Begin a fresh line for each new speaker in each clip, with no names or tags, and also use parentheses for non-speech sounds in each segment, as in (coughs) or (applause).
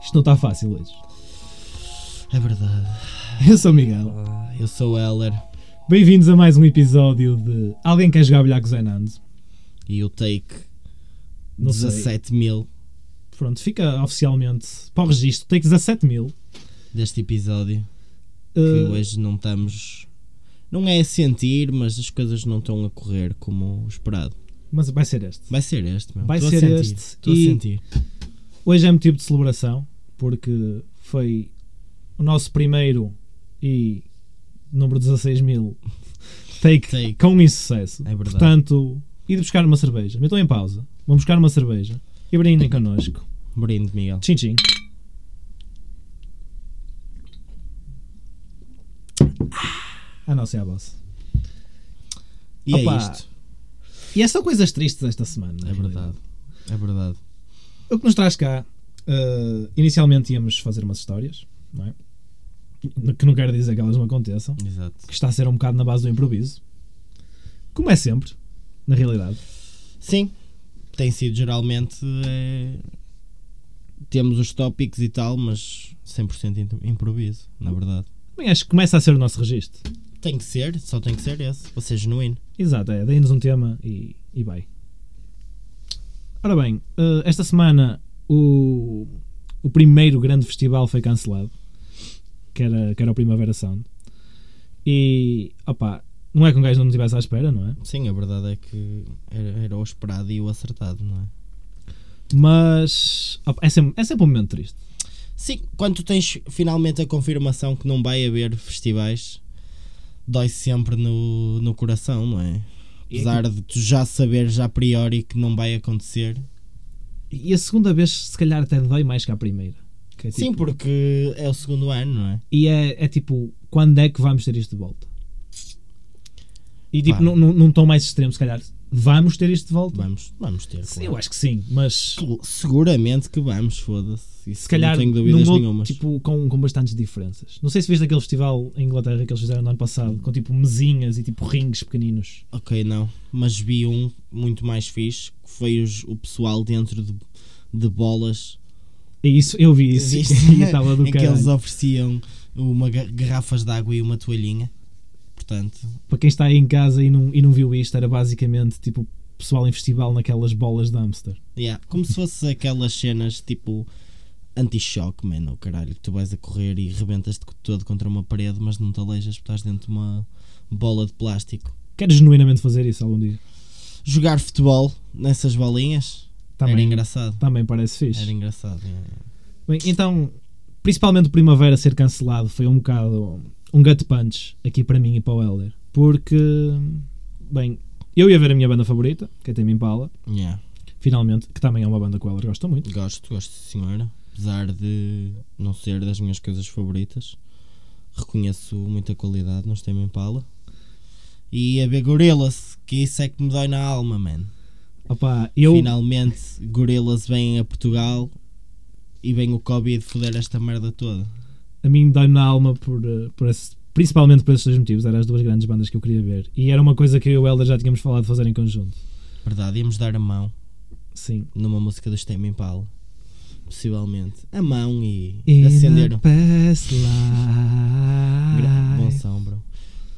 Isto não está fácil hoje. (laughs)
É verdade.
Eu sou o Miguel.
Ah, Eu sou o Heller
Bem-vindos a mais um episódio de Alguém Quer Jogar Bilhar com o Zé Nando?
e o take
Não sei.
17 mil
Pronto, fica oficialmente para o registro. Take 17 mil.
deste episódio.
Eh,
Que hoje não estamos. Não é a sentir, mas as coisas não estão a correr como o esperado.
mas vai ser este.
Vai ser este, meu.
Vai
Estou
ser
a sentir.
este
Estou
e-
a sentir.
Hoje é motivo de celebração porque foi o nosso primeiro e número 16
(laughs)
mil take,
Take.
com um insucesso.
É verdade.
Portanto, ir buscar uma cerveja. Eu estou em pausa. Vamos buscar uma cerveja e
(coughs)
brindem connosco.
Brinde, Miguel.
Tchim, tchim. A nossa é a vossa.
E
Opa,
é isto.
E é só coisas tristes esta semana. na
É verdade.
realidade.
É verdade.
O que nos traz cá, eh, inicialmente íamos fazer umas histórias, não é? Que não quer dizer que elas não aconteçam.
Exato.
Que está a ser um bocado na base do improviso. Como é sempre, na realidade.
Sim, tem sido geralmente. é, Temos os tópicos e tal, mas 100% im- improviso, na verdade.
Bem, acho que começa a ser o nosso registro.
Tem que ser, só tem que ser esse, ou seja, genuíno.
Exato, é, daí-nos um tema e, e vai. Ora bem, eh, esta semana o, o primeiro grande festival foi cancelado, que era, que era o Primavera Sound. E, opá, não é que um gajo não estivesse à espera, não é?
Sim, a verdade é que era, era o esperado e o acertado, não é?
Mas, opá, é, sempre, é sempre um momento triste.
Sim, quando tu tens finalmente a confirmação que não vai haver festivais, dói sempre no, no coração, não é?
E é
Apesar de tu já saberes a priori que não vai acontecer,
Tipo E a segunda vez, se calhar, até dói mais que a primeira. Que é
Sim,
tipo-
porque é o segundo ano, não é?
E é, é tipo, quando é que vamos ter isto de volta? E tipo,
Pá.
num- num num tom mais extremo, se calhar, vamos ter isto de volta?
Vamos, vamos ter.
Sim,
claro.
eu acho que sim, mas
Cl- Seguramente que vamos, foda-se. Isso
se calhar
não tenho dúvidas
num outro-
nenhumas.
tipo com, com bastantes diferenças. Não sei se viste aquele festival em Inglaterra que eles fizeram no ano passado, com tipo mesinhas e tipo rings pequeninos.
Ok, não. Mas vi um muito mais fixe que foi os- o pessoal dentro de, de bolas.
É isso, eu vi isso
Viste?
(laughs) e estava
(laughs)
do
né? em que eles
caralho.
ofereciam uma ga- garrafas de água e uma toalhinha. Portanto,
Para quem está aí em casa e não, e não viu isto, era basicamente tipo pessoal em festival naquelas bolas de hamster.
yeah, como se fosse aquelas cenas tipo anti-choque, mano. Oh, caralho, que tu vais a correr e rebentas-te todo contra uma parede, mas não te aleijas porque estás dentro de uma bola de plástico.
Quero genuinamente fazer isso algum dia.
jogar futebol nessas bolinhas era
Também,
engraçado.
também parece fixe.
Era engraçado. é.
Bem, então, principalmente o Primavera ser cancelado foi um bocado um gut punch aqui para mim e para o Helder. Porque, bem, eu ia ver a minha banda favorita, que é Tame Impala,
Yeah.
finalmente, que também é uma banda que o Helder gosta muito.
Gosto, gosto, senhora. Apesar de não ser das minhas coisas favoritas, reconheço muita qualidade, não tem em pala. E a ver Gorillaz, que isso é que me dói na alma, man.
Opa, eu,
Finalmente, Gorillaz vem a Portugal e vem o Covid foder esta merda toda.
a mim dói-me na alma por, eh, por esse- principalmente por esses dois motivos. Eram as duas grandes bandas que eu queria ver. E era uma coisa que eu e o Helder já tínhamos falado de fazer em conjunto.
Verdade, íamos dar a mão
Sim.
numa música dos Tame Impala. Possivelmente. A mão e
In
acenderam.
the past life.
Gra- Bom som, bro.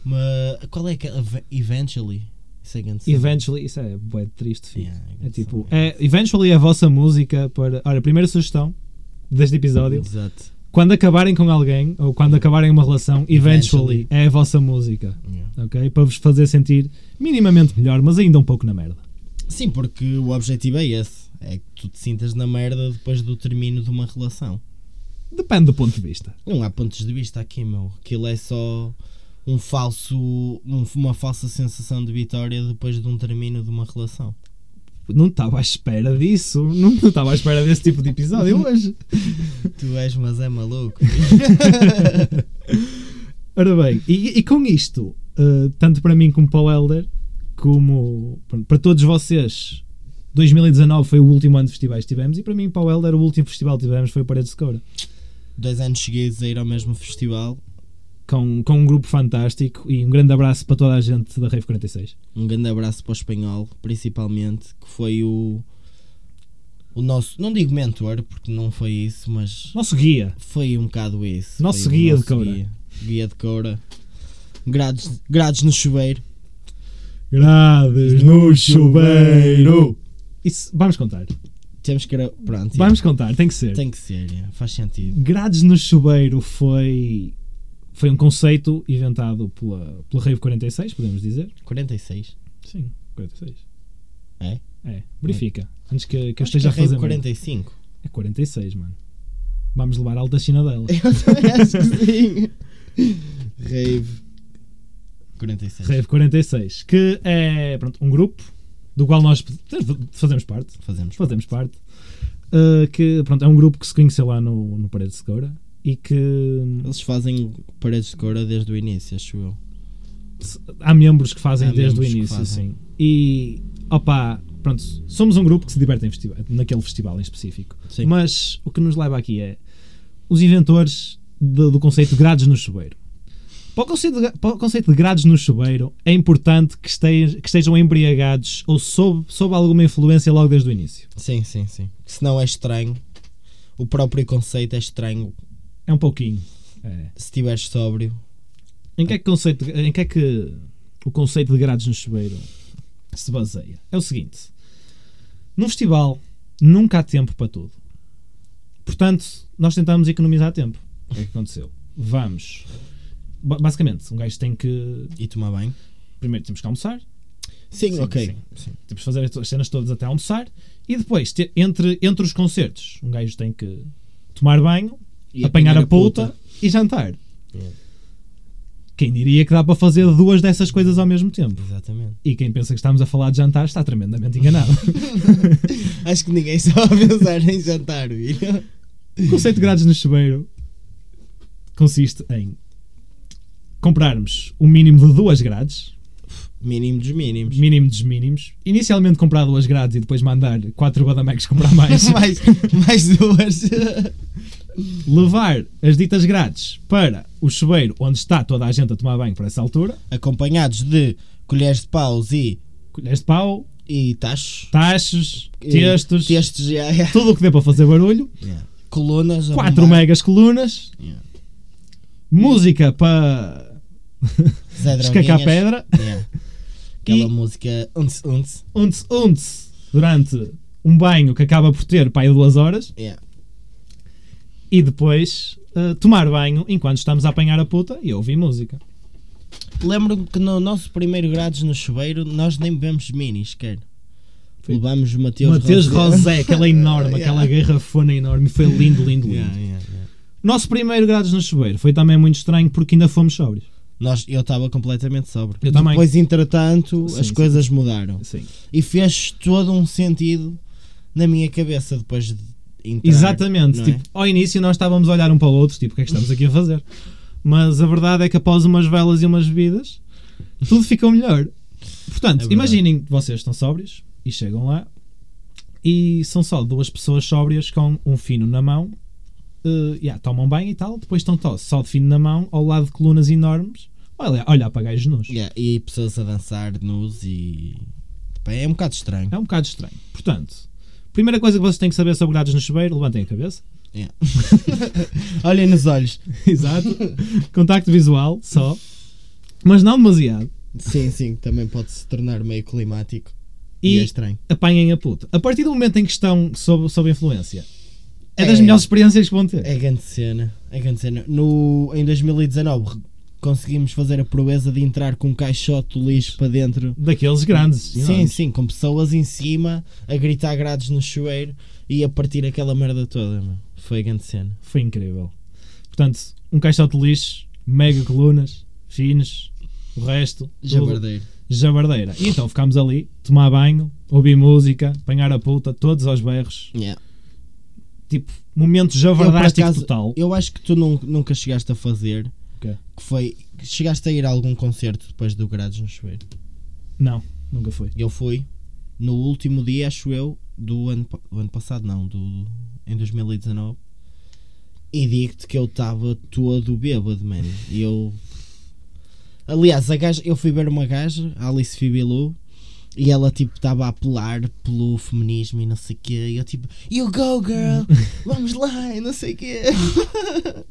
Mas qual é que ev- Eventually? é Second song.
Eventually, isso é bué de triste, filho.
Yeah,
É
good
tipo,
song,
é, eventually é a vossa música para. Olha, primeira sugestão deste episódio:
Exato.
quando acabarem com alguém ou quando acabarem uma relação, eventually é a vossa música,
Yeah.
ok? Para vos fazer sentir minimamente melhor, mas ainda um pouco na merda.
Sim, porque o objetivo é esse. É que tu te sintas na merda depois do termino de uma relação.
Depende do ponto de vista.
Não há pontos de vista aqui, meu. Aquilo é só um falso. um- uma falsa sensação de vitória depois de um termino de uma relação.
Não estava à espera disso, não não estava à espera desse tipo de episódio hoje.
(laughs) Tu és, mas é maluco.
Ora bem, e, e com isto, eh, tanto para mim como para o Helder, como pronto, para todos vocês, 2019 foi o último ano de festivais que tivemos, e para mim e para o Helder, o último festival que tivemos foi o Parede de Secoura,
Dois anos seguidos a ir ao mesmo festival.
com, com um grupo fantástico. E um grande abraço para toda a gente da Rave 46.
Um grande abraço para o espanhol, principalmente, que foi o, o o nosso, não digo mentor, porque não foi isso, mas
Nosso guia.
foi um bocado isso.
Nosso
Foi o
guia de coura.
Guia, guia de coura. Grades, grades no chuveiro.
Grades no chuveiro. Isso, vamos contar.
Temos que. gra- Pronto, yeah.
Vamos contar, tem que ser.
tem que ser, yeah. faz sentido.
Grades no chuveiro foi foi um conceito inventado pela, pela Rave 46, podemos dizer.
46.
Sim, 46.
É?
É, verifica. Antes que, que eu
Acho que é
esteja a
errei
fazer.
o
merda.
45.
É 46, mano. Vamos levar algo da China dela.
(laughs) Eu também acho que sim. Rave 46.
Rave 46, que é pronto, um grupo do qual nós fazemos parte.
Fazemos.
fazemos parte. Uh, que pronto, é um grupo que se conheceu lá no, no Parede de Segura e que
Eles fazem paredes de cora desde o início, acho eu.
se- há membros que fazem
Há
desde o
membros que
início,
fazem.
sim. E opá, pronto, somos um grupo que se diverte em festival, naquele festival em específico.
Sim.
Mas o que nos leva aqui é os inventores de- do conceito de grades no chuveiro. Para o, conceito de, para o conceito de grades no chuveiro, é importante que, este- que estejam embriagados ou sob, sob alguma influência logo desde o início.
Sim, sim, sim. Que senão é estranho. O próprio conceito é estranho
É um pouquinho. É.
se estiveres sóbrio.
Em que é que, conceito- em que é que o conceito de grades no chuveiro se baseia? É o seguinte: num festival nunca há tempo para tudo. Portanto, nós tentamos economizar tempo. O que é que aconteceu? Vamos. Ba- Basicamente, um gajo tem que.
E tomar bem?
Primeiro temos que almoçar,
Sim,
Sim,
ok.
sim. temos que fazer as cenas todas até almoçar e depois, te- entre, entre os concertos, um gajo tem que tomar banho,
E
apanhar, a puta, É. e jantar.
Yeah.
Quem diria que dá para fazer duas dessas coisas ao mesmo tempo?
Exatamente.
E quem pensa que estamos a falar de jantar está tremendamente (laughs) enganado.
(laughs) Acho que ninguém estava a pensar em jantar, viu?
o conceito de grades no chuveiro consiste em comprarmos o mínimo de duas grades,
Mínimo dos mínimos.
mínimo dos mínimos. Inicialmente comprar duas grades e depois mandar quatro Badamax comprar (laughs) mais.
mais, mais duas. (laughs)
Levar as ditas grades para o chuveiro onde está toda a gente a tomar banho para essa altura.
Acompanhados de colheres de paus e,
Colheres de pau,
e tachos.
tachos,
E
textos,
Textos, yeah, yeah.
tudo o que dê para fazer barulho.
Yeah. Colunas. a
Quatro
bombar.
megas colunas.
Yeah.
Música para
Zé
escacar
Droguinhas.
pedra.
Yeah. Aquela
E-
música unts unts.
Unts, unts, durante um banho que acaba por ter para aí duas horas.
Yeah.
E depois eh, tomar banho enquanto estamos a apanhar a puta e a ouvir música.
Lembro-me que no nosso primeiro grades no chuveiro nós nem bebemos minis, quer.
Foi.
Levámos o Mateus,
Mateus Rosé, aquela enorme,
Yeah.
aquela garrafona enorme. Foi lindo, lindo, lindo.
(laughs) Yeah, yeah, yeah.
Nosso primeiro grados no chuveiro foi também muito estranho porque ainda fomos sóbrios.
Nós, eu estava completamente sóbrio.
Eu também.
Depois, entretanto,
Sim,
as
sim.
coisas mudaram.
Sim.
E fez todo um sentido na minha cabeça depois de entrar.
Exatamente.
não é?
Tipo, Ao início nós estávamos a olhar um para o outro, tipo, o que é que estamos aqui a fazer? Mas a verdade é que após umas velas e umas bebidas, tudo ficou melhor.
É
Portanto,
verdade.
imaginem que vocês estão sóbrios e chegam lá e são só duas pessoas sóbrias com um fino na mão. eh, yeah, tomam bem e tal, depois estão tó- só de fino na mão, ao lado de colunas enormes, olha, olhar para gajos nus.
Yeah, E pessoas a dançar nus e. Pá, É um bocado estranho.
É um bocado estranho. Portanto, primeira coisa que vocês têm que saber sobre grades no chuveiro, levantem a cabeça.
(laughs) Olhem nos olhos.
(laughs)
(laughs)
Exato. Contacto visual, só. Mas não demasiado.
Sim, sim, também pode se tornar meio climático. E,
E
é estranho.
apanhem a puta. A partir do momento em que estão sob, sob influência, é,
É.
das melhores experiências que vão ter.
É grande cena. É grande cena. No, em 2019 re- conseguimos fazer a proeza de entrar com um caixote de lixo para dentro.
Daqueles grandes.
Sim,
enormes.
sim, com pessoas em cima a gritar grades no chuveiro e a partir aquela merda toda. Meu. Foi grande cena.
Foi incrível. Portanto, um caixote de lixo, mega colunas, finos, o resto. tudo.
Jabardeiro.
Jabardeira. E então ficámos ali, tomar banho, ouvir música, apanhar a puta, todos aos berros.
Yeah.
Tipo, momento
Eu,
javardástico
por acaso,
total.
Eu acho que tu nun- nunca chegaste a fazer.
Ok.
Que foi. Chegaste a ir a algum concerto depois do grades no chuveiro.
Não, nunca foi.
Eu fui no último dia, acho eu, do ano, pa- do ano passado, não, do, em 2019. E digo-te que eu estava todo bêbado, mano. E Eu. Aliás, a gaja, eu fui ver uma gaja, a Alice Fibilu, E ela tipo estava a apelar pelo feminismo e não sei o quê. E eu tipo, you
(laughs)
go girl, vamos lá, e não sei o quê.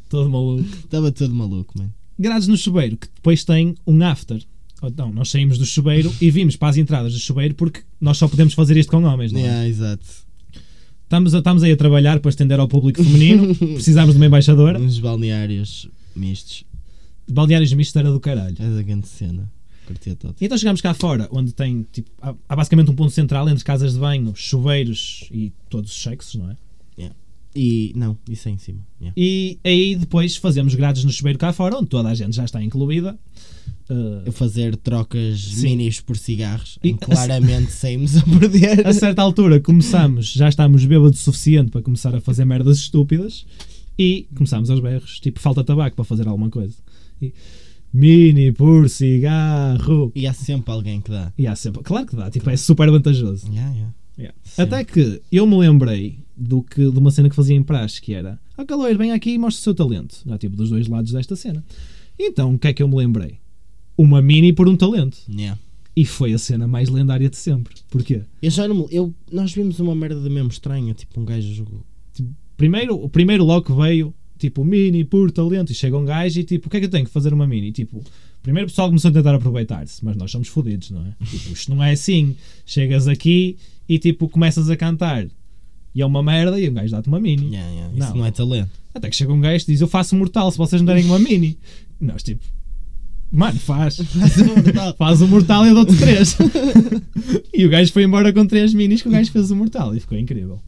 Todo maluco.
Estava todo maluco, mano.
Grades no chuveiro, que depois tem um after. Ou, não, nós saímos do chuveiro e vimos para as entradas do chuveiro porque nós só podemos fazer isto com homens, não é?
Yeah, exato.
Estamos, a- estamos aí a trabalhar para estender ao público
(laughs)
feminino. Precisámos de uma embaixadora.
Uns balneários mistos.
Baldeários mistos era do caralho.
Essa é grande cena. Curtia todo.
E então chegámos cá fora, onde tem tipo. Há, há basicamente um ponto central entre casas de banho, chuveiros e todos os sexos, não é?
E não, isso é em cima. yeah.
E aí depois fazemos grades no chuveiro cá fora, onde toda a gente já está incluída. Uh,
a fazer trocas minis por cigarros
E-
em que (laughs) claramente saímos a perder.
a certa altura começamos, já estávamos bêbados o suficiente para começar a fazer merdas estúpidas e começámos aos berros, tipo, falta tabaco para fazer alguma coisa. E, Mini por cigarro!
E há sempre alguém que dá.
E há sempre, claro que dá, tipo, é super vantajoso.
Yeah, yeah.
Yeah.
Sim.
Até que eu me lembrei do que, de uma cena que fazia em praxe, que era Ah, Caloeiro, vem aqui e mostra o seu talento. Já tipo dos dois lados desta cena. Então, o que é que eu me lembrei? Uma mini por um talento.
Yeah.
E foi a cena mais lendária de sempre. Porquê?
Eu já não me- eu Nós vimos uma merda mesmo estranha, tipo um gajo.
Primeiro, o primeiro logo que veio, tipo, mini por talento, e chega um gajo e tipo, o que é que eu tenho que fazer uma mini? Tipo, primeiro o pessoal começou a tentar aproveitar-se, mas nós somos fodidos, não é? Tipo, isto não é assim. Chegas aqui e tipo, começas a cantar. E é uma merda e um gajo dá-te uma mini.
Yeah, yeah. Isso
Não.
não. é talento.
Até que chega um gajo e diz: Eu faço mortal se vocês me derem uma mini. E Nós, tipo, mano, faz. (laughs)
(laughs)
faz o mortal e eu dou-te três. (laughs) e o gajo foi embora com três minis que o gajo fez o mortal e ficou incrível.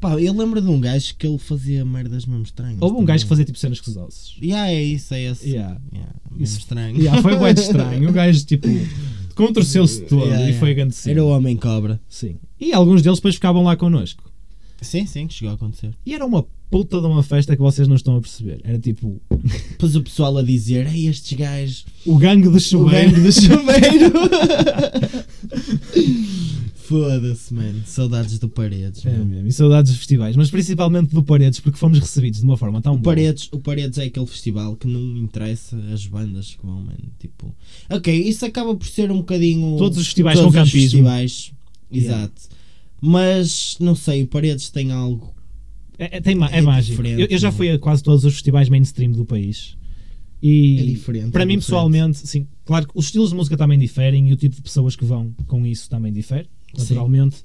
Pá, eu lembro de um gajo que ele fazia merdas mesmo estranhas.
Houve um
também.
gajo que fazia tipo cenas com os ossos.
Yeah, é isso, é esse.
Yeah.
Yeah, mesmo estranho. (laughs)
Yeah, foi bem estranho. O gajo, tipo, contorceu-se todo
Yeah,
e
yeah.
foi grande cena.
Era o Homem Cobra.
Sim. E alguns deles depois ficavam lá connosco.
Sim, sim, chegou a acontecer.
E era uma puta de uma festa que vocês não estão a perceber. Era tipo
Depois o pessoal a dizer: Ei, estes gajos.
o gangue do
O
chuveiro.
gangue do (laughs) chuveiro. (laughs) Foda-se, mano. Saudades do Paredes.
É
mano.
mesmo, e saudades dos festivais, mas principalmente do Paredes, porque fomos recebidos de uma forma tão
O
boa.
Paredes, o Paredes é aquele festival que não interessa as bandas que vão, mano. Tipo, ok, isso acaba por ser um bocadinho.
Todos os festivais
todos
com
os
campismo.
festivais,
Yeah.
exato. Mas, não sei, o Paredes tem algo.
É, é- tem ma- é
é
mágico.
diferente,
Eu, eu já
não é?
fui a quase todos os festivais mainstream do país.
É
E
diferente.
para
é
mim,
diferente.
pessoalmente, sim, claro que os estilos de música também diferem e o tipo de pessoas que vão com isso também difere,
Sim.
naturalmente.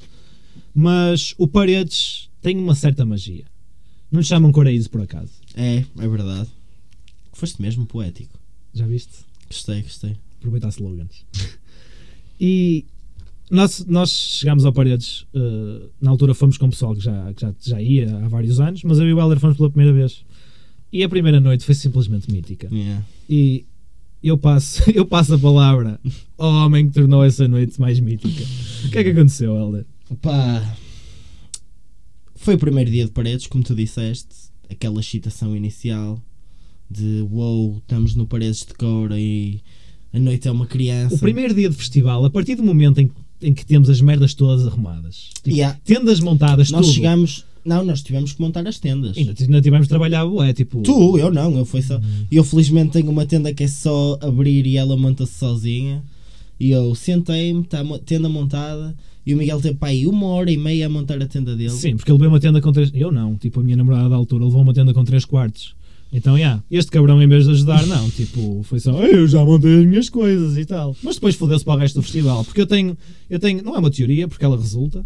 Mas o Paredes tem uma certa magia. Não lhe chamam Coraíso por acaso.
É, é verdade. Foste mesmo poético.
Já viste?
Gostei, gostei.
aproveitar slogans. e nós, nós chegámos ao Paredes, eh, na altura fomos com o pessoal que já, que já, já ia há vários anos, mas eu e o Helder fomos pela primeira vez. E a primeira noite foi simplesmente mítica.
Yeah.
E eu passo, (laughs) eu passo a palavra ao homem que tornou essa noite mais mítica. O que é que aconteceu, Helder?
Pá. Foi o primeiro dia de paredes, como tu disseste, aquela excitação inicial de wow, estamos no paredes de coura e a noite é uma criança.
O primeiro dia de festival, a partir do momento em, em que temos as merdas todas arrumadas, tipo,
Yeah.
tendas montadas,
Nós
tudo,
chegámos. Não, nós tivemos que montar as tendas.
ainda, Uhum. ainda tivemos de trabalhar, é tipo.
Tu, eu não, eu fui só. Eu felizmente tenho uma tenda que é só abrir e ela monta-se sozinha. E eu sentei-me, está a mo- tenda montada. E o Miguel teve para aí uma hora e meia a montar a tenda dele.
Sim, porque ele levou uma tenda com três. Eu não, tipo, a minha namorada da altura levou uma tenda com três quartos. Então, yeah, este cabrão, em vez de ajudar, não, tipo, foi só "Ei, eu já montei as minhas coisas e tal. Mas depois fodeu-se para o resto do festival, porque eu tenho, eu tenho, não é uma teoria, porque ela resulta,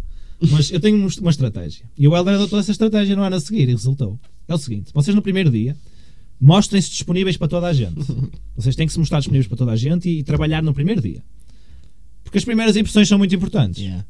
mas eu tenho uma est- uma estratégia. E o Helder adotou essa estratégia no ano a seguir e resultou. É o seguinte: vocês no primeiro dia mostrem-se disponíveis para toda a gente. Vocês têm que se mostrar disponíveis para toda a gente e, e trabalhar no primeiro dia. Porque as primeiras impressões são muito importantes.
Yeah.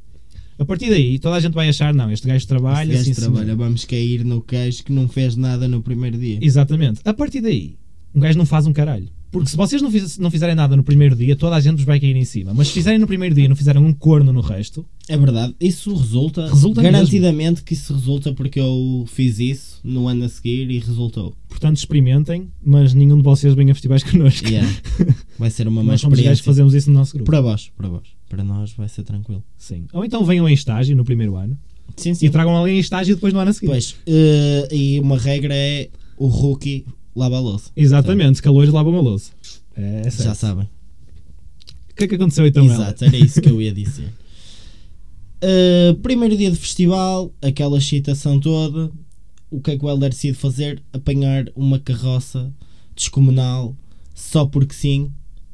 A partir daí, toda a gente vai achar, não, este gajo trabalha,
Este gajo
sim, senhor."
trabalha, vamos cair no queijo que não fez nada no primeiro dia.
Exatamente. A partir daí, um gajo não faz um caralho. Porque se vocês não, fiz- não fizerem nada no primeiro dia, toda a gente vos vai cair em cima. Mas se fizerem no primeiro dia e não fizerem um corno no resto,
É verdade, isso resulta,
Resulta
garantidamente que isso resulta porque eu fiz isso no ano a seguir e resultou.
portanto experimentem, mas nenhum de vocês venha a festivais (laughs) connosco.
(laughs) Yeah. é. Vai ser uma má
Nós somos os gajos um-
experiência.
que fazemos isso no nosso grupo.
Para vós, para vós. Para nós vai ser tranquilo.
Sim. Ou então venham em estágio no primeiro ano
Sim,
e tragam alguém em estágio depois no ano a seguir.
Pois, eh, e uma regra é o rookie lava a louça.
Exatamente, calores lavam a louça. É, é
Já
certo.
sabem.
que é que aconteceu então, Ela?
Exato, era isso que eu
(laughs)
ia dizer. Uh, primeiro dia de festival, aquela excitação toda. O que é que o Helder decide fazer? Apanhar uma carroça descomunal só porque sim.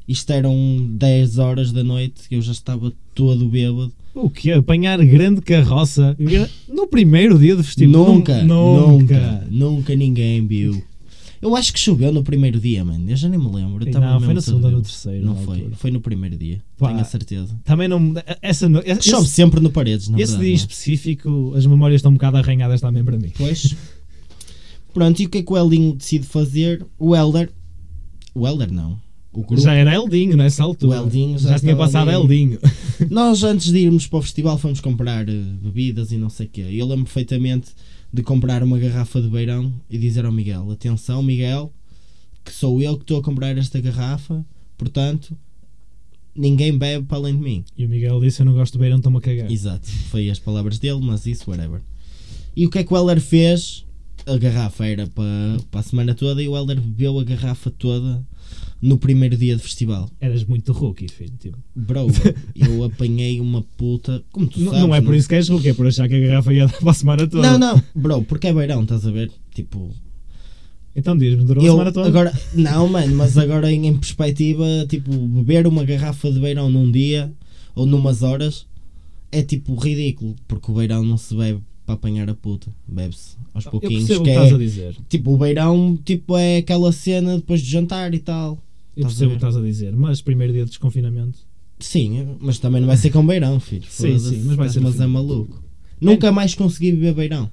Isto eram 10 horas da noite, eu já estava todo bêbado.
O que Apanhar grande carroça gra- no primeiro dia de festival?
nunca,
Nun-
nunca, nunca ninguém viu. Eu acho que choveu no primeiro dia, mano. Eu já nem me lembro. Eu
E
estava
não, foi na
mesmo todo
segunda ou no
bêbado.
terceiro,
Não
na
foi,
altura.
foi no primeiro dia.
Pá.
Tenho a certeza.
Também não. Essa, no- esse,
Chove sempre no paredes, na
esse
verdade.
dia em
não é?
específico, as memórias estão um bocado arranhadas também para mim.
Pois. Pronto, e o que é que o Eldinho decide fazer? O Elder. O Elder não. O grupo.
Já é. era Eldinho nessa
O
altura.
Eldinho já,
já tinha
estava
passado
ali.
Eldinho.
Nós, antes de irmos para o festival, fomos comprar eh, bebidas e não sei o quê. Eu lembro perfeitamente de comprar uma garrafa de beirão e dizer ao Miguel: Atenção, Miguel, que sou eu que estou a comprar esta garrafa, portanto, ninguém bebe para além de mim.
E o Miguel disse: Eu não gosto de beirão, estou-me a cagar.
Exato, foi as palavras dele, mas isso, whatever. E o que é que o Elder fez? A garrafa era para, para a semana toda e o Elder bebeu a garrafa toda no primeiro dia de festival.
Eras muito rookie, filho. tipo. (laughs)
Bro, eu apanhei uma puta. Como tu
Não,
sabes,
não é por isso que és rookie, é por achar que a garrafa ia (laughs) dar para a semana toda.
Não, não, bro, porque é beirão, estás a ver? Tipo,
Então diz-me, durou a
eu
semana toda.
agora, não, mano, mas agora em, em perspectiva, tipo, beber uma garrafa de beirão num dia ou numas horas é tipo ridículo, porque o beirão não se bebe para apanhar a puta, bebe-se aos
eu
pouquinhos.
percebo o
que
que
é-
estás a dizer.
Tipo, o beirão tipo, é aquela cena depois de jantar e tal.
Eu
Estás a
percebo o
ver?
que estás a dizer, mas primeiro dia de desconfinamento.
Sim, mas também não vai ser com beirão, filho.
Sim,
Foda-se,
sim, mas vai ser no
Mas é
fim.
maluco. Nunca mais consegui beber beirão.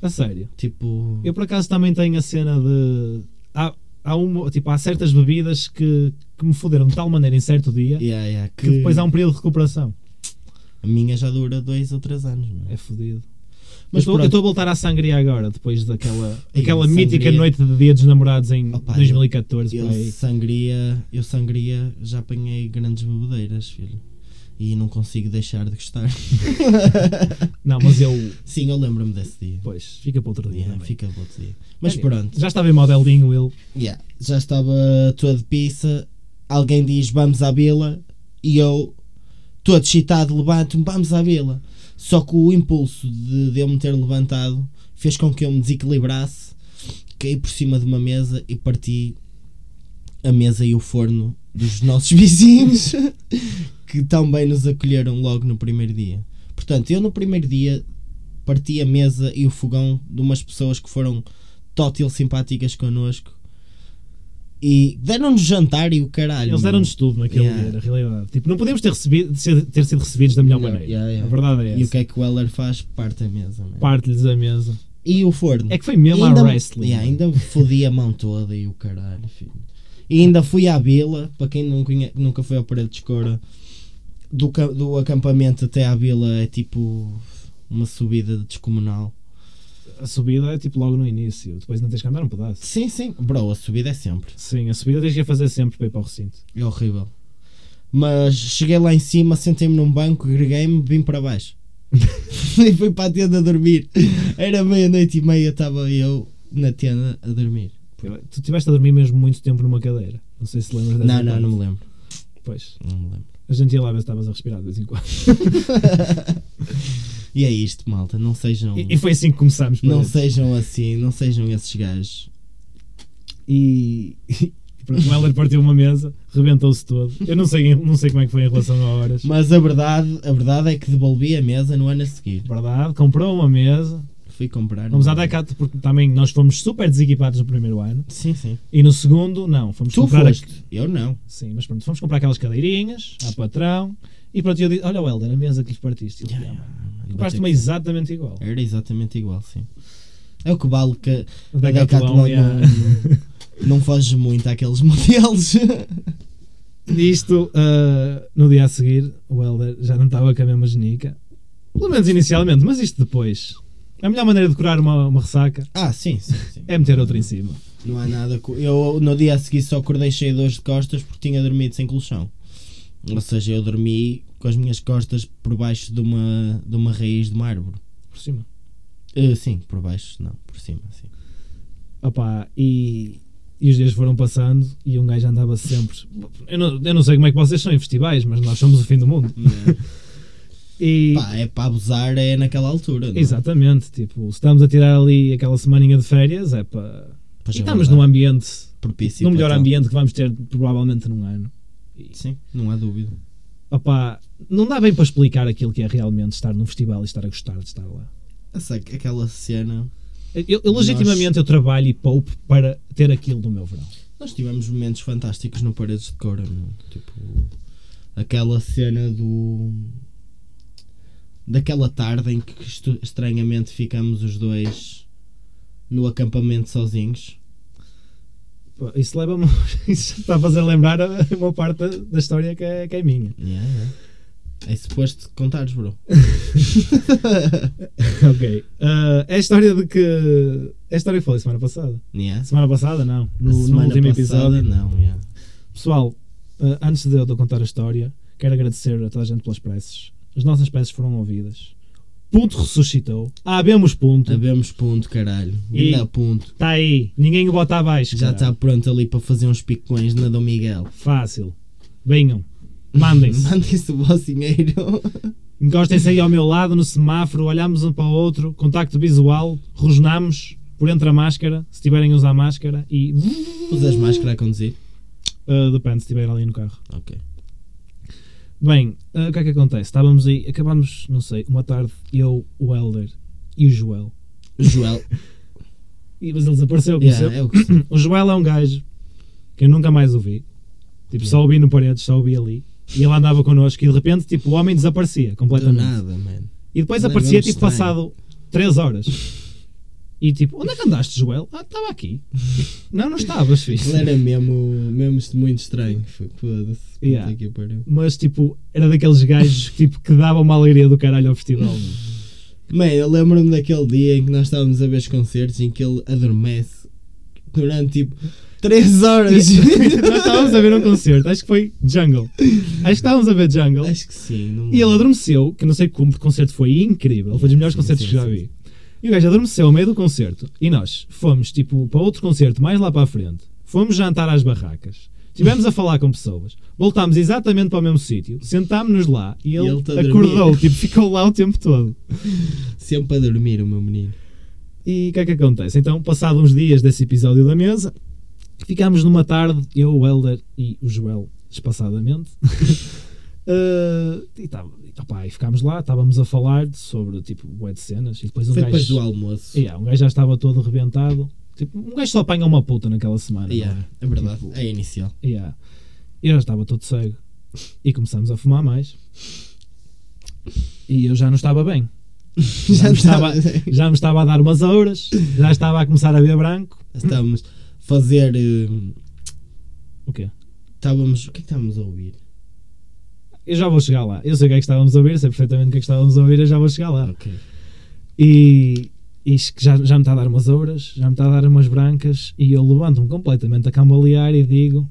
A sério.
Tipo,
Eu por acaso também tenho a cena de. Há, há, uma, tipo, há certas bebidas que, que me foderam de tal maneira em certo dia
yeah, yeah, que,
que depois há um período de recuperação.
a minha já dura dois ou três anos. meu.
É fodido.
Mas
Mas eu
pronto.
estou a voltar à sangria agora, depois daquela
Ei,
aquela
sangria.
mítica noite de dia dos namorados em
Opa,
2014. por
Eu
aí.
sangria, eu sangria, já apanhei grandes bebedeiras, filho. E não consigo deixar de gostar.
Não, mas eu.
Sim, eu lembro-me desse dia.
Pois, fica para outro dia.
Yeah,
também.
fica para outro dia. Mas
Olha,
pronto.
Já estava em modelinho ele.
Yeah, já estava todo de pizza. Alguém diz vamos à vila e eu, todo excitado, levanto-me, vamos à vila. Só que o impulso de, de eu me ter levantado fez com que eu me desequilibrasse, caí por cima de uma mesa e parti a mesa e o forno dos (laughs) nossos vizinhos (laughs) que tão bem nos acolheram logo no primeiro dia. Portanto, eu no primeiro dia parti a mesa e o fogão de umas pessoas que foram total simpáticas connosco e deram-nos jantar e o caralho.
Eles
meu.
deram-nos tudo naquele
Yeah.
dia, na realidade. Tipo, não podemos ter, recebido, ser- ter sido recebidos da melhor
Yeah,
maneira.
yeah, yeah.
A verdade é
E o
essa.
que é que o Heller faz? Parte a mesa. man.
Parte-lhes a mesa.
E o forno.
É que foi mesmo a wrestling.
yeah, ainda me fodi a mão toda e o caralho, filho. E ainda fui à vila, para quem não conhe- nunca foi ao Parede de Escoura, do, ca- do acampamento até à vila é tipo uma subida descomunal.
A subida é tipo logo no início, depois não tens que andar um pedaço.
Sim, sim. Bro, a subida é sempre.
Sim, a subida tens que a fazer sempre para ir para o recinto.
É horrível. Mas cheguei lá em cima, sentei-me num banco, greguei-me, vim para
(laughs)
baixo. e fui para a tenda dormir. Era meia-noite e meia, estava eu na tenda a dormir.
Tu estiveste a dormir mesmo muito tempo numa cadeira. Não sei se lembras dessa
Não, não,
parte.
não me lembro.
Pois,
Não me lembro.
a gente ia lá ver se estavas a respirar de vez em quando.
E é isto, malta. Não sejam.
E, e foi assim que começámos.
Não
parece.
sejam assim, não sejam esses gajos.
E, e pronto, o Heller partiu uma mesa, rebentou-se todo. Eu não sei, não sei como é que foi em relação a horas.
Mas a verdade, a verdade é que devolvi a mesa no ano a seguir.
Verdade, comprou uma mesa.
Fui comprar.
Vamos à
uma-
Decato porque também nós fomos super desequipados no primeiro ano.
Sim, sim.
E no segundo, não. Fomos
Tu
comprar a-
foste. Eu não.
Sim, mas pronto, fomos comprar aquelas cadeirinhas à patrão e pronto, eu disse: Olha, Helder, a mesa que lhes partiste. Ele, "Ah, mano, Compraste uma exatamente igual.
é Era exatamente igual, sim. É o que vale que
A
a Decathlon
Decathlon, yeah. (laughs)
não, não foge muito àqueles (laughs) modelos.
Nisto, ah, no dia a seguir, o Helder já não estava com a mesma genica. Pelo menos inicialmente, mas isto depois. A melhor maneira de curar uma, uma ressaca
ah, sim, sim, sim.
é meter outra em cima.
Não há nada. co- Eu no dia a seguir só acordei cheio de dores de costas porque tinha dormido sem colchão. Ou seja, eu dormi com as minhas costas por baixo de uma, de uma raiz de uma árvore.
Por cima.
Eh, sim, por baixo, não, por cima, sim.
Opa, e, E os dias foram passando e um gajo andava sempre. Eu não, eu não sei como é que vocês são em festivais, mas nós somos o fim do mundo. E,
Pá, é para abusar, é naquela altura. não é?
exatamente, tipo, se estamos a tirar ali aquela semaninha de férias, é para.
Pois
E
é
estamos
verdade. Tipo,
num ambiente,
propício.
num
para
melhor
tal.
ambiente que vamos ter provavelmente num ano.
Sim, não há dúvida.
Opá, não dá bem para explicar aquilo que é realmente estar num festival e estar a gostar de estar lá.
Essa, aquela cena.
Eu, eu, legitimamente eu trabalho e poupo para ter aquilo no meu verão.
Nós tivemos momentos fantásticos no Paredes de Cora, meu. Tipo, aquela cena do. daquela tarde em que estu- estranhamente ficamos os dois no acampamento sozinhos.
Pô, Isso leva-me. (laughs) Isso está a fazer lembrar a- uma parte da- da história que é, que é
(laughs)
minha.
Yeah, yeah. É suposto contares, bro.
ok. Ah, é a história de que. É a história que falei semana passada.
Yeah.
Semana passada, não. No,
A
no
semana
último
passada,
episódio.
Não, yeah.
Pessoal, ah, antes de eu de eu contar a história, quero agradecer a toda a gente pelas preces. As nossas preces foram ouvidas. Ponto ressuscitou. Habemos ponto.
Sabemos ponto, caralho.
E-
E... ponto.
Está aí. Ninguém o bota abaixo.
Já
caralho.
está pronto ali para fazer uns picões na Dom Miguel.
Fácil. Venham. Mandem-se.
(laughs) Mandem-se o vosso dinheiro.
Encostem-se aí ao meu lado no semáforo, olhamos um para o outro, contacto visual, rosnamos por entre a máscara, se tiverem a usar máscara e.
Usas máscara a conduzir?
Ah, depende se estiverem ali no carro.
Ok.
Bem, ah, o que é que acontece? Estávamos aí, acabámos, não sei, uma tarde, eu, o Helder e o Joel.
Joel.
E, mas ele desapareceu,
Yeah,
percebe?
é
(coughs)
o que sei.
O Joel é um gajo que eu nunca mais ouvi. Tipo, só ouvi no paredes, só ouvi ali. E ele andava connosco e de repente, tipo, o homem desaparecia
Do
completamente.
nada, mano.
E depois
Não é
aparecia
mesmo
tipo
estranho.
passado 3 horas. E tipo, onde é
(laughs)
que andaste, Joel? Ah, estava aqui. não, não estavas,
Ele
filho. (laughs)
era mesmo, mesmo muito estranho. Foi- Foda-se. puta
Yeah.
que pariu.
Mas tipo, era daqueles gajos que, tipo, que davam uma alegria do caralho ao festival.
(laughs)
mano.
Man, eu lembro-me daquele dia em que nós estávamos a ver os concertos em que ele adormece durante tipo 3 horas. (laughs)
Nós estávamos a ver um concerto, acho que foi Jungle. Acho que estávamos a ver Jungle.
Acho que sim. Não me
E ele
lembro.
adormeceu, que não sei como, porque o concerto foi incrível. Foi dos melhores
Sim,
concertos
sim,
que já
sim,
vi. E o gajo adormeceu ao meio do concerto. E nós fomos, tipo, para outro concerto mais lá para a frente. Fomos jantar às barracas. Estivemos a
(laughs)
falar com pessoas. Voltámos exatamente para o mesmo sítio. Sentámos-nos lá e ele,
ele está a dormir.
acordou. Tipo, ficou lá o tempo todo.
Sempre a dormir, o meu menino.
E o que é que acontece? Então, passados uns dias desse episódio da mesa, ficámos numa tarde, eu, o Helder e o Joel, espaçadamente. (laughs) Eh, e, tava, opá, e ficámos lá, estávamos a falar de- sobre tipo bué de cenas e depois um
Foi
gajo.
depois do almoço.
Yeah, um gajo já estava todo arrebentado. Tipo, um gajo só apanha uma puta naquela semana.
Yeah,
não
é verdade. É inicial.
é? Yeah. Eu já estava todo cego. E começámos a fumar mais. E eu já não estava bem. Já
(laughs)
me estava, já me estava a dar umas horas, já estava a começar a ver branco.
Estávamos a fazer. hum,
O quê?
Estávamos. O que é que estávamos a ouvir?
Eu já vou chegar lá. Eu sei o que é que estávamos a ouvir, sei perfeitamente o que é que estávamos a ouvir, eu já vou chegar lá.
Ok.
E isto que já, já me está a dar umas ouras, já me está a dar umas brancas, e eu levanto-me completamente a cambalear e digo: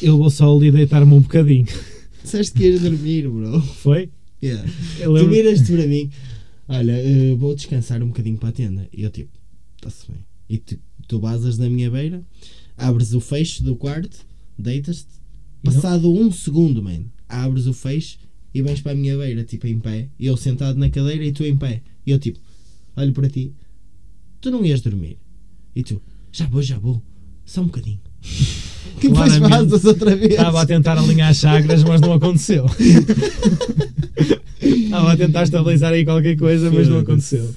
Eu vou só ali deitar-me um bocadinho. (laughs)
Disseste que ias dormir, bro. (laughs)
Foi?
Yeah.
Eu
Tu
lembro.
viras-te para mim, olha, eh, vou descansar um bocadinho para a tenda. E eu tipo, está-se bem. E tu, tu basas na minha beira, abres o fecho do quarto, deitas-te.
E não-
Passado um segundo, man, abres o fecho e vens para a minha beira, tipo em pé. E eu sentado na cadeira e tu em pé. E eu tipo, olho para ti, tu não ias dormir. E tu, já vou, já vou, só um
(laughs)
bocadinho. Que depois
Claramente.
fazes outra vez.
Estava
(laughs)
a tentar alinhar as chakras, mas não aconteceu. Estava a tentar estabilizar aí qualquer coisa, mas não aconteceu.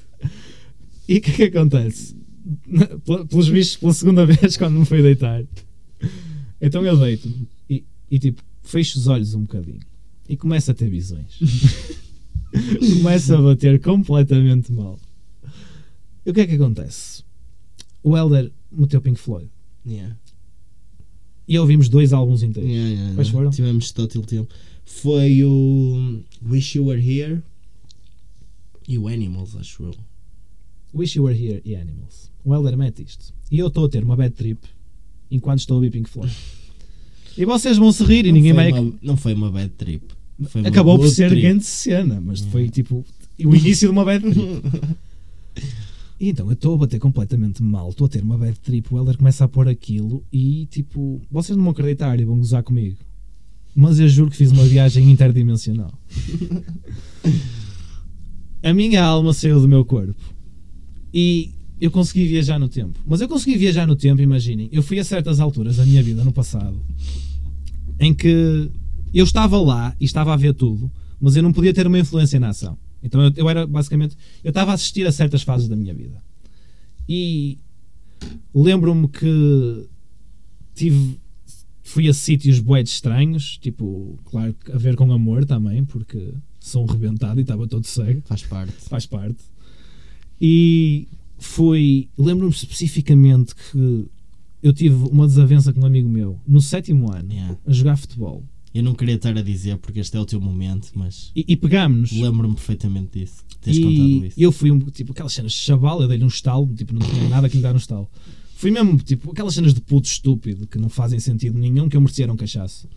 E o que é que acontece? Pel- Pelos bichos, pela segunda (laughs) vez, quando me fui deitar, então eu deito-me e, e, tipo, fecho os olhos um bocadinho e começo a ter visões. começo a bater completamente mal. E o que é que acontece? O Helder meteu Pink Floyd
Yeah.
e ouvimos dois álbuns inteiros.
Yeah, yeah,
Quais
yeah.
foram?
Tivemos Total Tempo. Foi o Wish You Were Here e o Animals, acho eu.
Wish You Were Here e Animals. Um O Helder mete isto. E eu estou a ter uma bad trip enquanto estou a ouvir Pink Floyd. E vocês vão se rir e
Não
ninguém vai.
foi uma, Não foi uma bad trip. Foi uma
Acabou por
good
ser
trip.
grande cena, mas foi tipo o início de uma bad trip. E então eu estou a bater completamente mal, estou a ter uma bad trip. O Helder começa a pôr aquilo e tipo, vocês não vão acreditar e vão gozar comigo. Mas eu juro que fiz uma viagem interdimensional. a minha alma saiu do meu corpo e eu consegui viajar no tempo. Mas eu consegui viajar no tempo, imaginem. Eu fui a certas alturas da minha vida no passado em que eu estava lá e estava a ver tudo, mas eu não podia ter uma influência na ação. Então eu, eu era basicamente. Eu estava a assistir a certas fases da minha vida. E lembro-me que tive. Fui a sítios boedes estranhos, tipo, claro, que a ver com amor também, porque sou um rebentado e estava todo cego
(laughs) Faz parte.
faz parte. E foi. Lembro-me especificamente que eu tive uma desavença com um amigo meu no sétimo ano
Yeah.
a jogar futebol
Eu não queria estar a dizer porque este é o teu momento, mas
e, e pegámos-nos.
lembro-me perfeitamente disso. de Teres contado
E
isso.
eu fui um tipo aquelas cenas de chaval, eu dei-lhe um estalo, tipo, não tinha nada que lhe dar um estalo. Fui mesmo tipo aquelas cenas de puto estúpido que não fazem sentido nenhum, que eu merecia era um cachaço.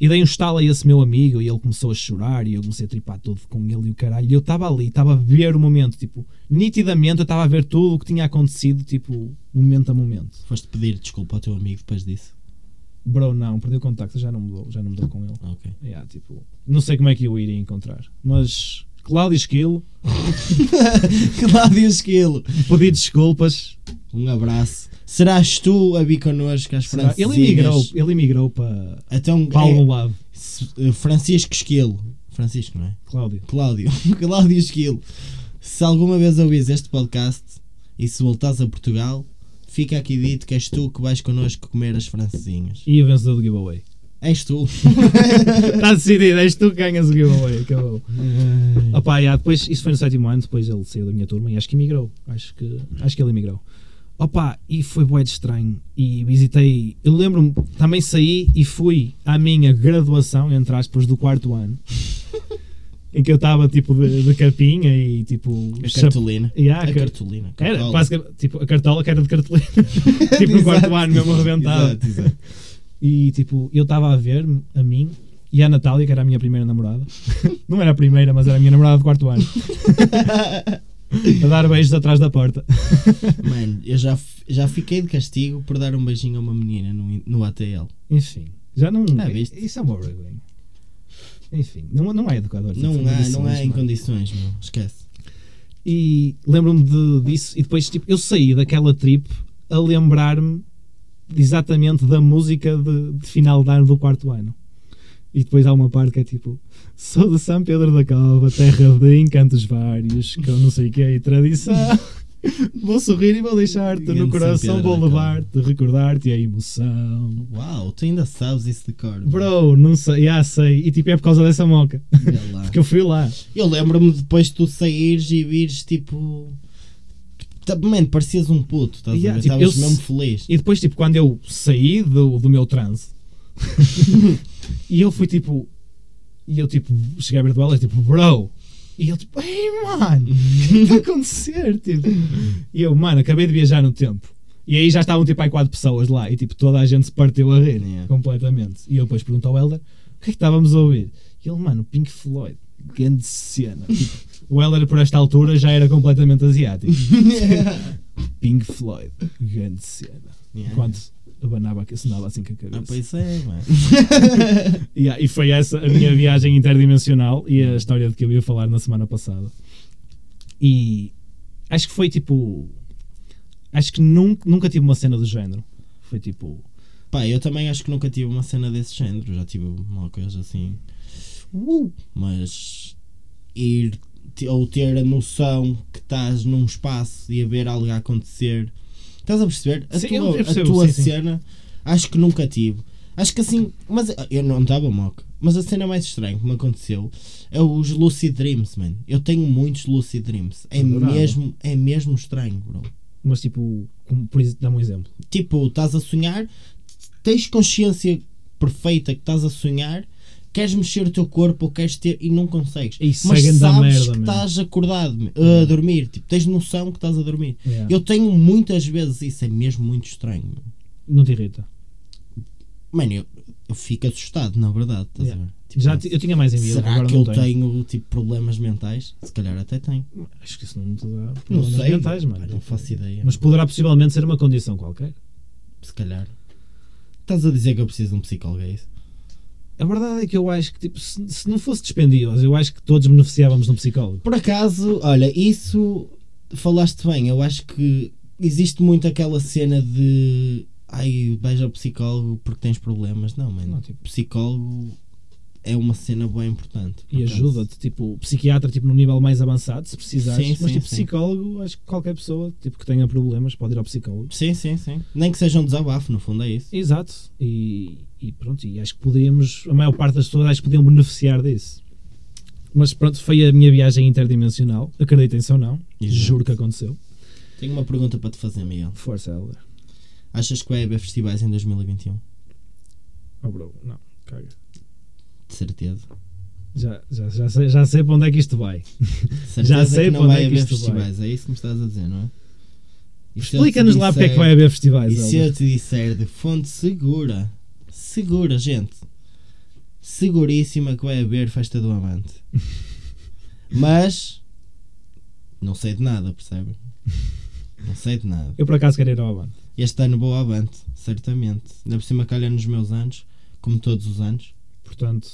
E dei um estalo a esse meu amigo e ele começou a chorar e eu comecei a tripar todo com ele e o caralho. E eu estava ali, estava a ver o momento, tipo, nitidamente eu estava a ver tudo o que tinha acontecido, tipo, momento a momento.
Foste pedir desculpa ao teu amigo depois disso.
Bro, não, perdeu o contacto, já não mudou, já não mudou com ele.
Ah,
(laughs)
Ok.
Yeah, tipo, não sei como é que eu o iria encontrar, mas Cláudio Esquilo,
Cláudio Esquilo.
pedi desculpas,
Um abraço. Serás tu a vir connosco às
Será?
Francesinhas?
Ele emigrou, ele emigrou para,
Então,
para
é,
algum lado,
se- eh, Francisco Esquilo. Francisco, não é?
Cláudio.
Cláudio. (laughs) Cláudio Esquilo. Se alguma vez ouvires este podcast e se voltares a Portugal, fica aqui dito que és tu que vais connosco comer as francesinhas.
E o vencedor do giveaway. (laughs)
És tu.
Está decidido, és tu que ganhas o giveaway, acabou.
É.
Opa, yeah, depois, isso foi no sétimo ano, depois ele saiu da minha turma e acho que emigrou. Acho que, acho que ele emigrou. Opa, e foi bué de estranho. E visitei, eu lembro-me, também saí e fui à minha graduação, entre aspas, do quarto
(laughs)
ano. em que eu estava tipo de, de capinha e tipo. ah,
A cartolina.
Yeah,
A
car-
cartolina.
Era,
Cartola.
basicamente, tipo, a cartola que era de cartolina.
(laughs)
tipo, no quarto ano, mesmo arrebentado.
Exato, exato.
E, tipo, eu estava a ver a mim e à Natália, que era a minha primeira namorada.
(laughs)
Não era a primeira, mas era a minha namorada de quarto ano. a dar beijos atrás da porta.
Mano, eu já, f- já fiquei de castigo por dar um beijinho a uma menina no, in- no ATL.
(laughs) Enfim, já não...
Ah, viste?
Isso é uma vergonha. Enfim, não, não é educador.
Não
tipo,
há, não há
condições,
em
mano.
condições, meu. Esquece.
E lembro-me de- disso. E depois, tipo, eu saí daquela trip a lembrar-me exatamente da música de, de final de ano do quarto ano. E depois há uma parte que é tipo: Sou de São Pedro da Cova, terra de encantos vários, com não sei o que é e tradição. (laughs) Vou sorrir e vou deixar-te
Grande São
no coração,
Pedro
vou
da Cova.
levar-te, recordar-te a emoção.
Uau, tu ainda sabes isso de cor. meu.
Bro, não sei, já sei. E tipo, é por causa dessa moca.
Olha lá.
Porque eu fui lá.
Eu lembro-me depois de tu saíres e vires tipo. tá- Mano, parecias um puto, estás
Yeah,
a ver?
tipo,
Estavas
eu
mesmo
se-
feliz.
E depois, tipo, quando eu saí do, do meu transe (laughs) e eu fui tipo. E eu tipo, cheguei a ver do Elas, tipo, bro. E ele tipo, ei mano, o que está a acontecer? (laughs) Tipo, e eu, mano, acabei de viajar no tempo. E aí já estavam tipo aí quatro pessoas lá e tipo toda a gente se partiu a rir
Yeah.
completamente. E eu depois pergunto ao Helder o que é que estávamos a ouvir? E ele, mano, Pink Floyd, grande cena. Tipo, o Helder por esta altura já era completamente asiático.
(laughs)
Pink Floyd, grande cena.
Yeah.
Enquanto abanava, assinava assim com a cabeça.
Ah, pois é, mano.
Yeah, e foi essa a minha viagem interdimensional e
Uhum.
a história de que eu ia falar na semana passada. E acho que foi tipo. Acho que nunca, nunca tive uma cena do género. Foi tipo.
Pá, eu também acho que nunca tive uma cena desse género. Já tive uma coisa assim.
Uh,
Mas ir te- ou ter a noção que estás num espaço e a ver algo a acontecer. Estás a perceber? A
Sim, eu
tua,
percebo,
a tua
sim, sim.
cena acho que nunca tive. Acho que assim, mas eu não estava moco. Mas a cena mais estranha que me aconteceu é os Lucid Dreams, man. Eu tenho muitos Lucid Dreams. É,
Adorava.
mesmo, é mesmo estranho, bro
mas tipo, como, por exemplo, dá-me um exemplo.
tipo, estás a sonhar, tens consciência perfeita que estás a sonhar, queres mexer o teu corpo ou queres ter e não consegues.
Isso
mas
é grande
sabes
merda,
que
meu.
estás acordado me- a dormir, tipo, tens noção que estás a dormir.
Yeah.
Eu tenho muitas vezes isso, é mesmo muito estranho. meu.
Não te irrita.
Mano, eu eu fico assustado, na verdade. Estás
Yeah.
a ver? Tipo,
Já ti- eu tinha mais enviado,
será
agora
que
não
eu
tenho.
tenho tipo, problemas mentais? Se calhar até tenho.
Acho que isso não te dá
Não
problemas
sei.
mentais,
pá,
mano.
Não faço ideia.
Mas poderá possivelmente ser uma condição qualquer.
Se calhar. Estás a dizer que eu preciso de um psicólogo, é isso?
A verdade é que eu acho que, tipo, se, se não fosse dispendioso, eu acho que todos beneficiávamos de um psicólogo.
Por acaso, olha, isso falaste bem. Eu acho que existe muito aquela cena de ai, vais ao psicólogo porque tens problemas. Não, mano.
Não, tipo-
Psicólogo é uma cena bem importante. por
E
acaso.
ajuda-te, tipo, o psiquiatra, tipo, num nível mais avançado, se precisares.
Sim,
mas,
sim,
tipo,
sim.
psicólogo, acho que qualquer pessoa, tipo, que tenha problemas pode ir ao psicólogo.
Sim, sim, sim. Nem que seja um desabafo, no fundo é isso.
Exato. E, e pronto, e acho que podíamos, a maior parte das pessoas acho que podiam beneficiar disso. Mas pronto, foi a minha viagem interdimensional, acreditem-se ou não,
Exato.
juro que aconteceu.
Tenho uma pergunta para te fazer, Miguel.
Força, Helder.
Achas que vai haver festivais em 2021?
Oh, bro, não, caga.
De certeza.
Já, já, já, sei, já sei para onde é que isto vai.
De certeza
sei para
que não
onde
vai
é que
haver
isto
festivais. É isso que me estás a dizer, não é? E se eu te
Explica-nos lá porque é que
disser-
vai haver festivais,
E se
Helder.
eu te disser de fonte segura, segura, gente, seguríssima que vai haver festa do amante. Mas não sei de nada, percebem? Não sei de nada.
Eu por acaso quero ir ao Avante.
Este ano vou ao avante, certamente. Ainda por cima calha nos meus anos, como todos os anos.
Portanto,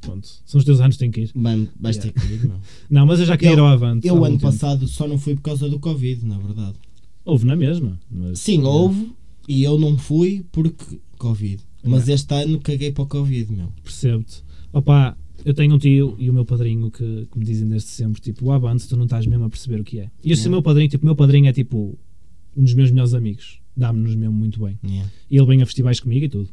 pronto. São os teus anos que têm que ir.
Vai- Vais
Yeah.
ter que ir, meu.
Não, mas eu já queria
Eu-
ir ao Avante. um há
Eu
algum
ano
tempo.
passado só não fui por causa do Covid, na verdade.
Houve na mesma. Mas,
Sim, houve e eu não fui porque Covid. Mas este ano caguei para o Covid, meu.
Percebo-te. Opa, eu tenho um tio e o meu padrinho que, que me dizem desde sempre, tipo, o Avante, tu não estás mesmo a perceber o que é. E este
Yeah.
meu padrinho, tipo, o meu padrinho é tipo um dos meus melhores amigos. Dá-me-nos mesmo muito bem.
Yeah.
E ele vem a festivais comigo e tudo.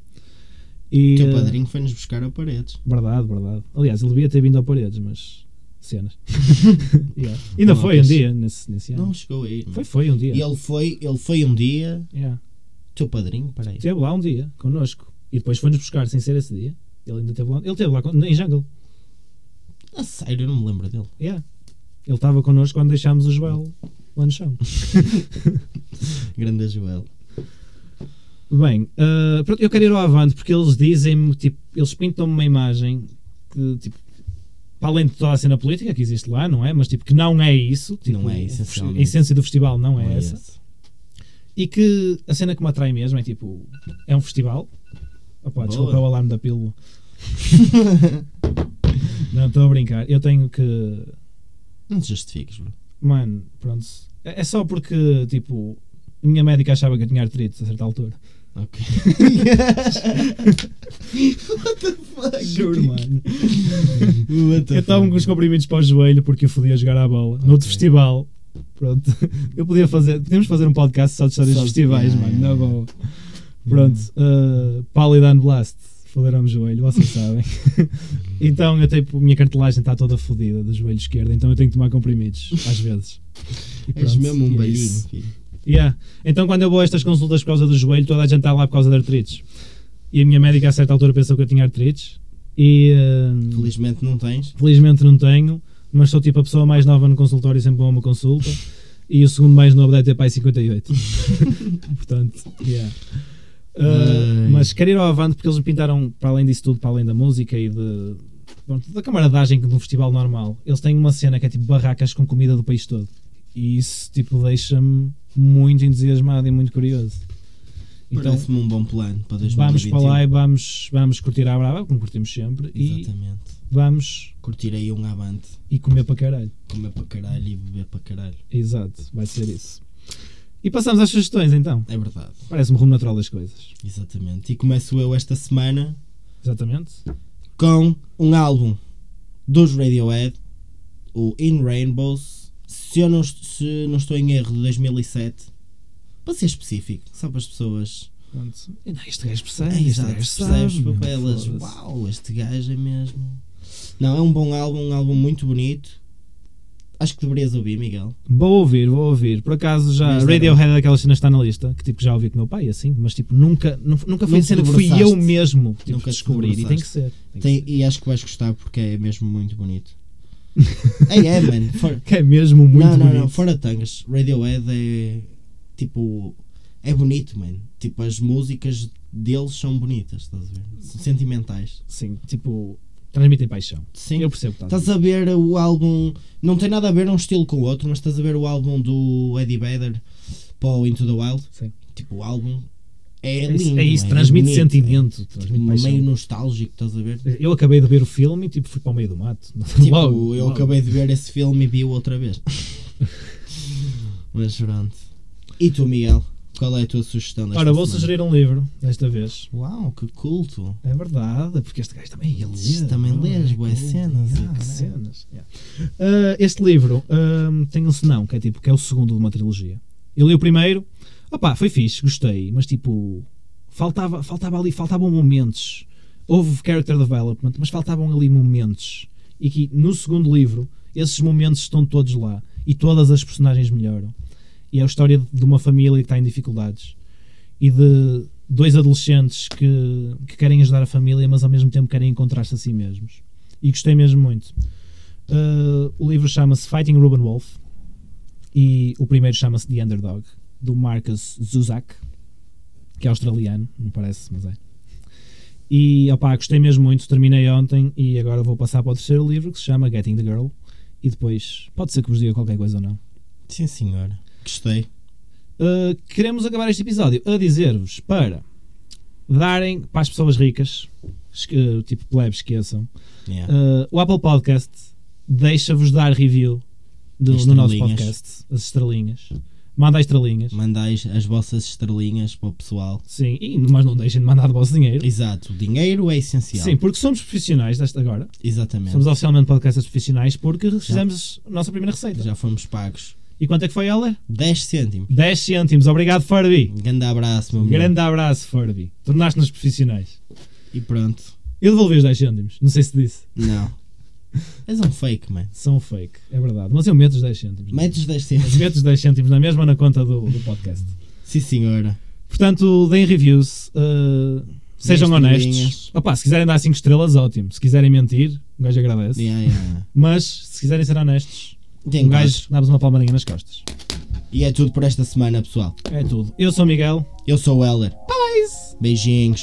E,
O teu
eh,
padrinho foi-nos buscar a paredes.
Verdade, verdade. Aliás, ele devia ter vindo ao Paredes, mas.
(laughs)
cenas. Yeah. Ainda
Não,
foi um
mas-
dia nesse, nesse ano.
Não chegou a ir. mano.
Foi, foi um dia.
E ele foi, ele foi um dia.
Yeah.
Teu padrinho, peraí.
Esteve lá um dia, connosco. E depois foi-nos buscar sem ser esse dia. Ele ainda esteve lá. Ele esteve lá con- em Jungle.
A Ah, sério, eu não me lembro dele.
Yeah. Ele estava connosco quando deixámos o Joel lá no chão.
Grande Joel.
Bem, ah, pronto, eu quero ir ao Avante porque eles dizem-me, tipo, eles pintam-me uma imagem que, tipo, para além de toda a cena política que existe lá, não é? Mas, tipo, que não é isso. Tipo,
Não é,
o fes-
essencialmente.
A essência do festival não é
Não é
essa.
esse.
E que a cena que me atrai mesmo é tipo. É um festival. Opa,
Boa.
desculpa é o alarme da pílula. não, estou a brincar. Eu tenho que.
Não te justifiques, bro.
Mano, pronto. É é só porque, tipo. A minha médica achava que eu tinha artrite a certa altura. (laughs)
Ok.
Juro, mano.
What the
Eu estava
fuck?
com os comprimidos para o joelho porque eu podia jogar à bola. no Noutro
Ok.
festival. Pronto. (laughs) Eu podia fazer. Podíamos fazer um podcast só de histórias
Só
de
de-
festivais,
yeah,
mano. na
yeah, yeah.
boa. Pronto. Uh, Paladin Blast. Foderam-me o joelho, vocês sabem. (laughs) então eu tipo. Minha cartilagem está toda fodida do joelho esquerdo. Então eu tenho que tomar comprimidos, às vezes. E
(laughs) És
pronto,
mesmo um
e é
bailinho,
isso.
filho.
Yeah. Então quando eu vou a estas consultas por causa do joelho, toda a gente está lá por causa de artrites. E a minha médica a certa altura pensou que eu tinha artrites. E. uh,
Felizmente não tens.
Felizmente não tenho, mas sou tipo a pessoa mais nova no consultório e sempre vou a uma consulta. E o segundo mais novo deve ter pai 58. Portanto, yeah. Uh,
Ai.
mas quero ir ao Avante porque eles me pintaram, para além disso tudo, para além da música e de, pronto, da camaradagem de um festival normal, eles têm uma cena que é tipo barracas com comida do país todo. E isso tipo deixa-me muito entusiasmado e muito curioso. Então
Parece-me um bom plano para 2021.
vamos para lá e vamos, vamos curtir à brava, como curtimos sempre, e
um. Exatamente.
vamos
Curtir aí um avante.
e comer para caralho.
Comer para caralho e beber para caralho.
Exato, vai ser isso. E passamos às sugestões então.
É verdade.
Parece-me o rumo natural das coisas.
Exatamente. E começo eu esta semana
Exatamente.
com um álbum dos Radiohead, o In Rainbows, se eu não, est- se não estou em erro, de 2007. Para ser específico, só para as pessoas.
Pronto. E não, este gajo percebe.
Ei,
este
já
gajo
percebes,
É, sabe, meu,
para elas.
foda-se.
Uau, este gajo é mesmo. Não, é um bom álbum, um álbum muito bonito. Acho que deverias ouvir, Miguel.
Vou ouvir, vou ouvir. Por acaso já.
Mas era-
Radiohead é daquelas cenas que está na lista, que tipo já ouvi com o meu pai, assim, mas tipo nunca, nu- nunca foi
Nunca
cena que fui eu
debruçaste.
mesmo tipo,
Nunca te
descobrir. E tem que
debruçaste.
ser. Tem que
Tem-
ser.
e acho que vais gostar porque é mesmo
(laughs)
muito bonito. Ei, é, mano. for-
Que é mesmo muito
não, não,
bonito.
não, fora tangas. Radiohead é tipo. É bonito, mano. Tipo, as músicas deles são bonitas, estás a ver? São sentimentais.
Sim, tipo, transmitem paixão.
Sim.
Eu percebo. tanto.
Estás a ver o álbum. Não tem nada a ver um estilo com o outro, mas estás a ver o álbum do Eddie Vedder para o Into the Wild.
Sim.
Tipo, o álbum é
É isso,
lindo.
é isso,
é
transmite
bonito,
sentimento,
é, tipo,
transmite paixão. É
meio nostálgico, estás a ver?
Eu acabei de ver o filme e tipo, fui para o meio do mato. (laughs)
Tipo,
Logo,
eu
logo.
acabei de ver esse filme e vi-o
(laughs)
outra vez. mas pronto. E tu, Miguel? Qual é a tua sugestão desta
Ora, vou
semana?
sugerir um livro, desta vez.
Uau, que culto!
É verdade, porque este gajo também ele
Este também
não
lê as
é?
boas cenas,
Yeah,
e
que
caralho.
cenas. yeah. Ah, este livro ahm, tem um senão, que é tipo, que é o segundo de uma trilogia. Eu li o primeiro, opá, foi fixe, gostei, mas tipo, faltava, faltava ali, faltavam momentos. Houve character development, mas faltavam ali momentos. E que no segundo livro, esses momentos estão todos lá. E todas as personagens melhoram. E é a história de uma família que está em dificuldades e de dois adolescentes que, que querem ajudar a família, mas ao mesmo tempo querem encontrar-se a si mesmos. E gostei mesmo muito. Uh, o livro chama-se Fighting Ruben Wolf e o primeiro chama-se The Underdog, do Marcus Zuzak, que é australiano, não parece, mas é. E opá, gostei mesmo muito, terminei ontem e agora vou passar para o terceiro livro que se chama Getting the Girl. E depois pode ser que vos diga qualquer coisa ou não.
Sim, senhora. Gostei.
Uh, queremos acabar este episódio a dizer-vos para darem para as pessoas ricas, esque- uh, tipo plebes, esqueçam.
Yeah.
Uh, o Apple Podcast deixa-vos dar review do,
As
do nosso
estrelinhas.
podcast, as estrelinhas. Manda as estrelinhas.
Mandais as vossas estrelinhas para o pessoal.
Sim, e, mas não deixem de mandar o vosso dinheiro.
Exato, o dinheiro é essencial. É.
Sim, porque somos profissionais desta agora.
Exatamente.
Somos oficialmente podcasters profissionais porque fizemos a nossa primeira receita.
Já fomos pagos
E quanto é que foi ela?
10 cêntimos.
10 cêntimos. Obrigado, Furby.
Grande abraço, meu amigo.
Grande abraço, Furby. Tornaste-nos profissionais.
E pronto.
Eu devolvi os 10 cêntimos. Não sei se disse. (laughs)
Não. És um fake, man.
São fake, é verdade. Mas eu meto os 10 cêntimos.
Metes 10
Mas
cêntimos.
meto os 10 cêntimos na mesma na conta do, do podcast.
Sim, senhora.
Portanto, deem reviews. uh, sejam
Deem
honestos.
estrelinhas.
Opa, se quiserem dar 5 estrelas, ótimo. Se quiserem mentir, um gajo agradece.
Yeah, yeah.
Mas se quiserem ser honestos,
Tem
um gajo dá-vos uma palmadinha nas costas.
E é tudo por esta semana, pessoal.
É tudo. Eu sou o Miguel.
Eu sou o Heller.
Paz!
Beijinhos.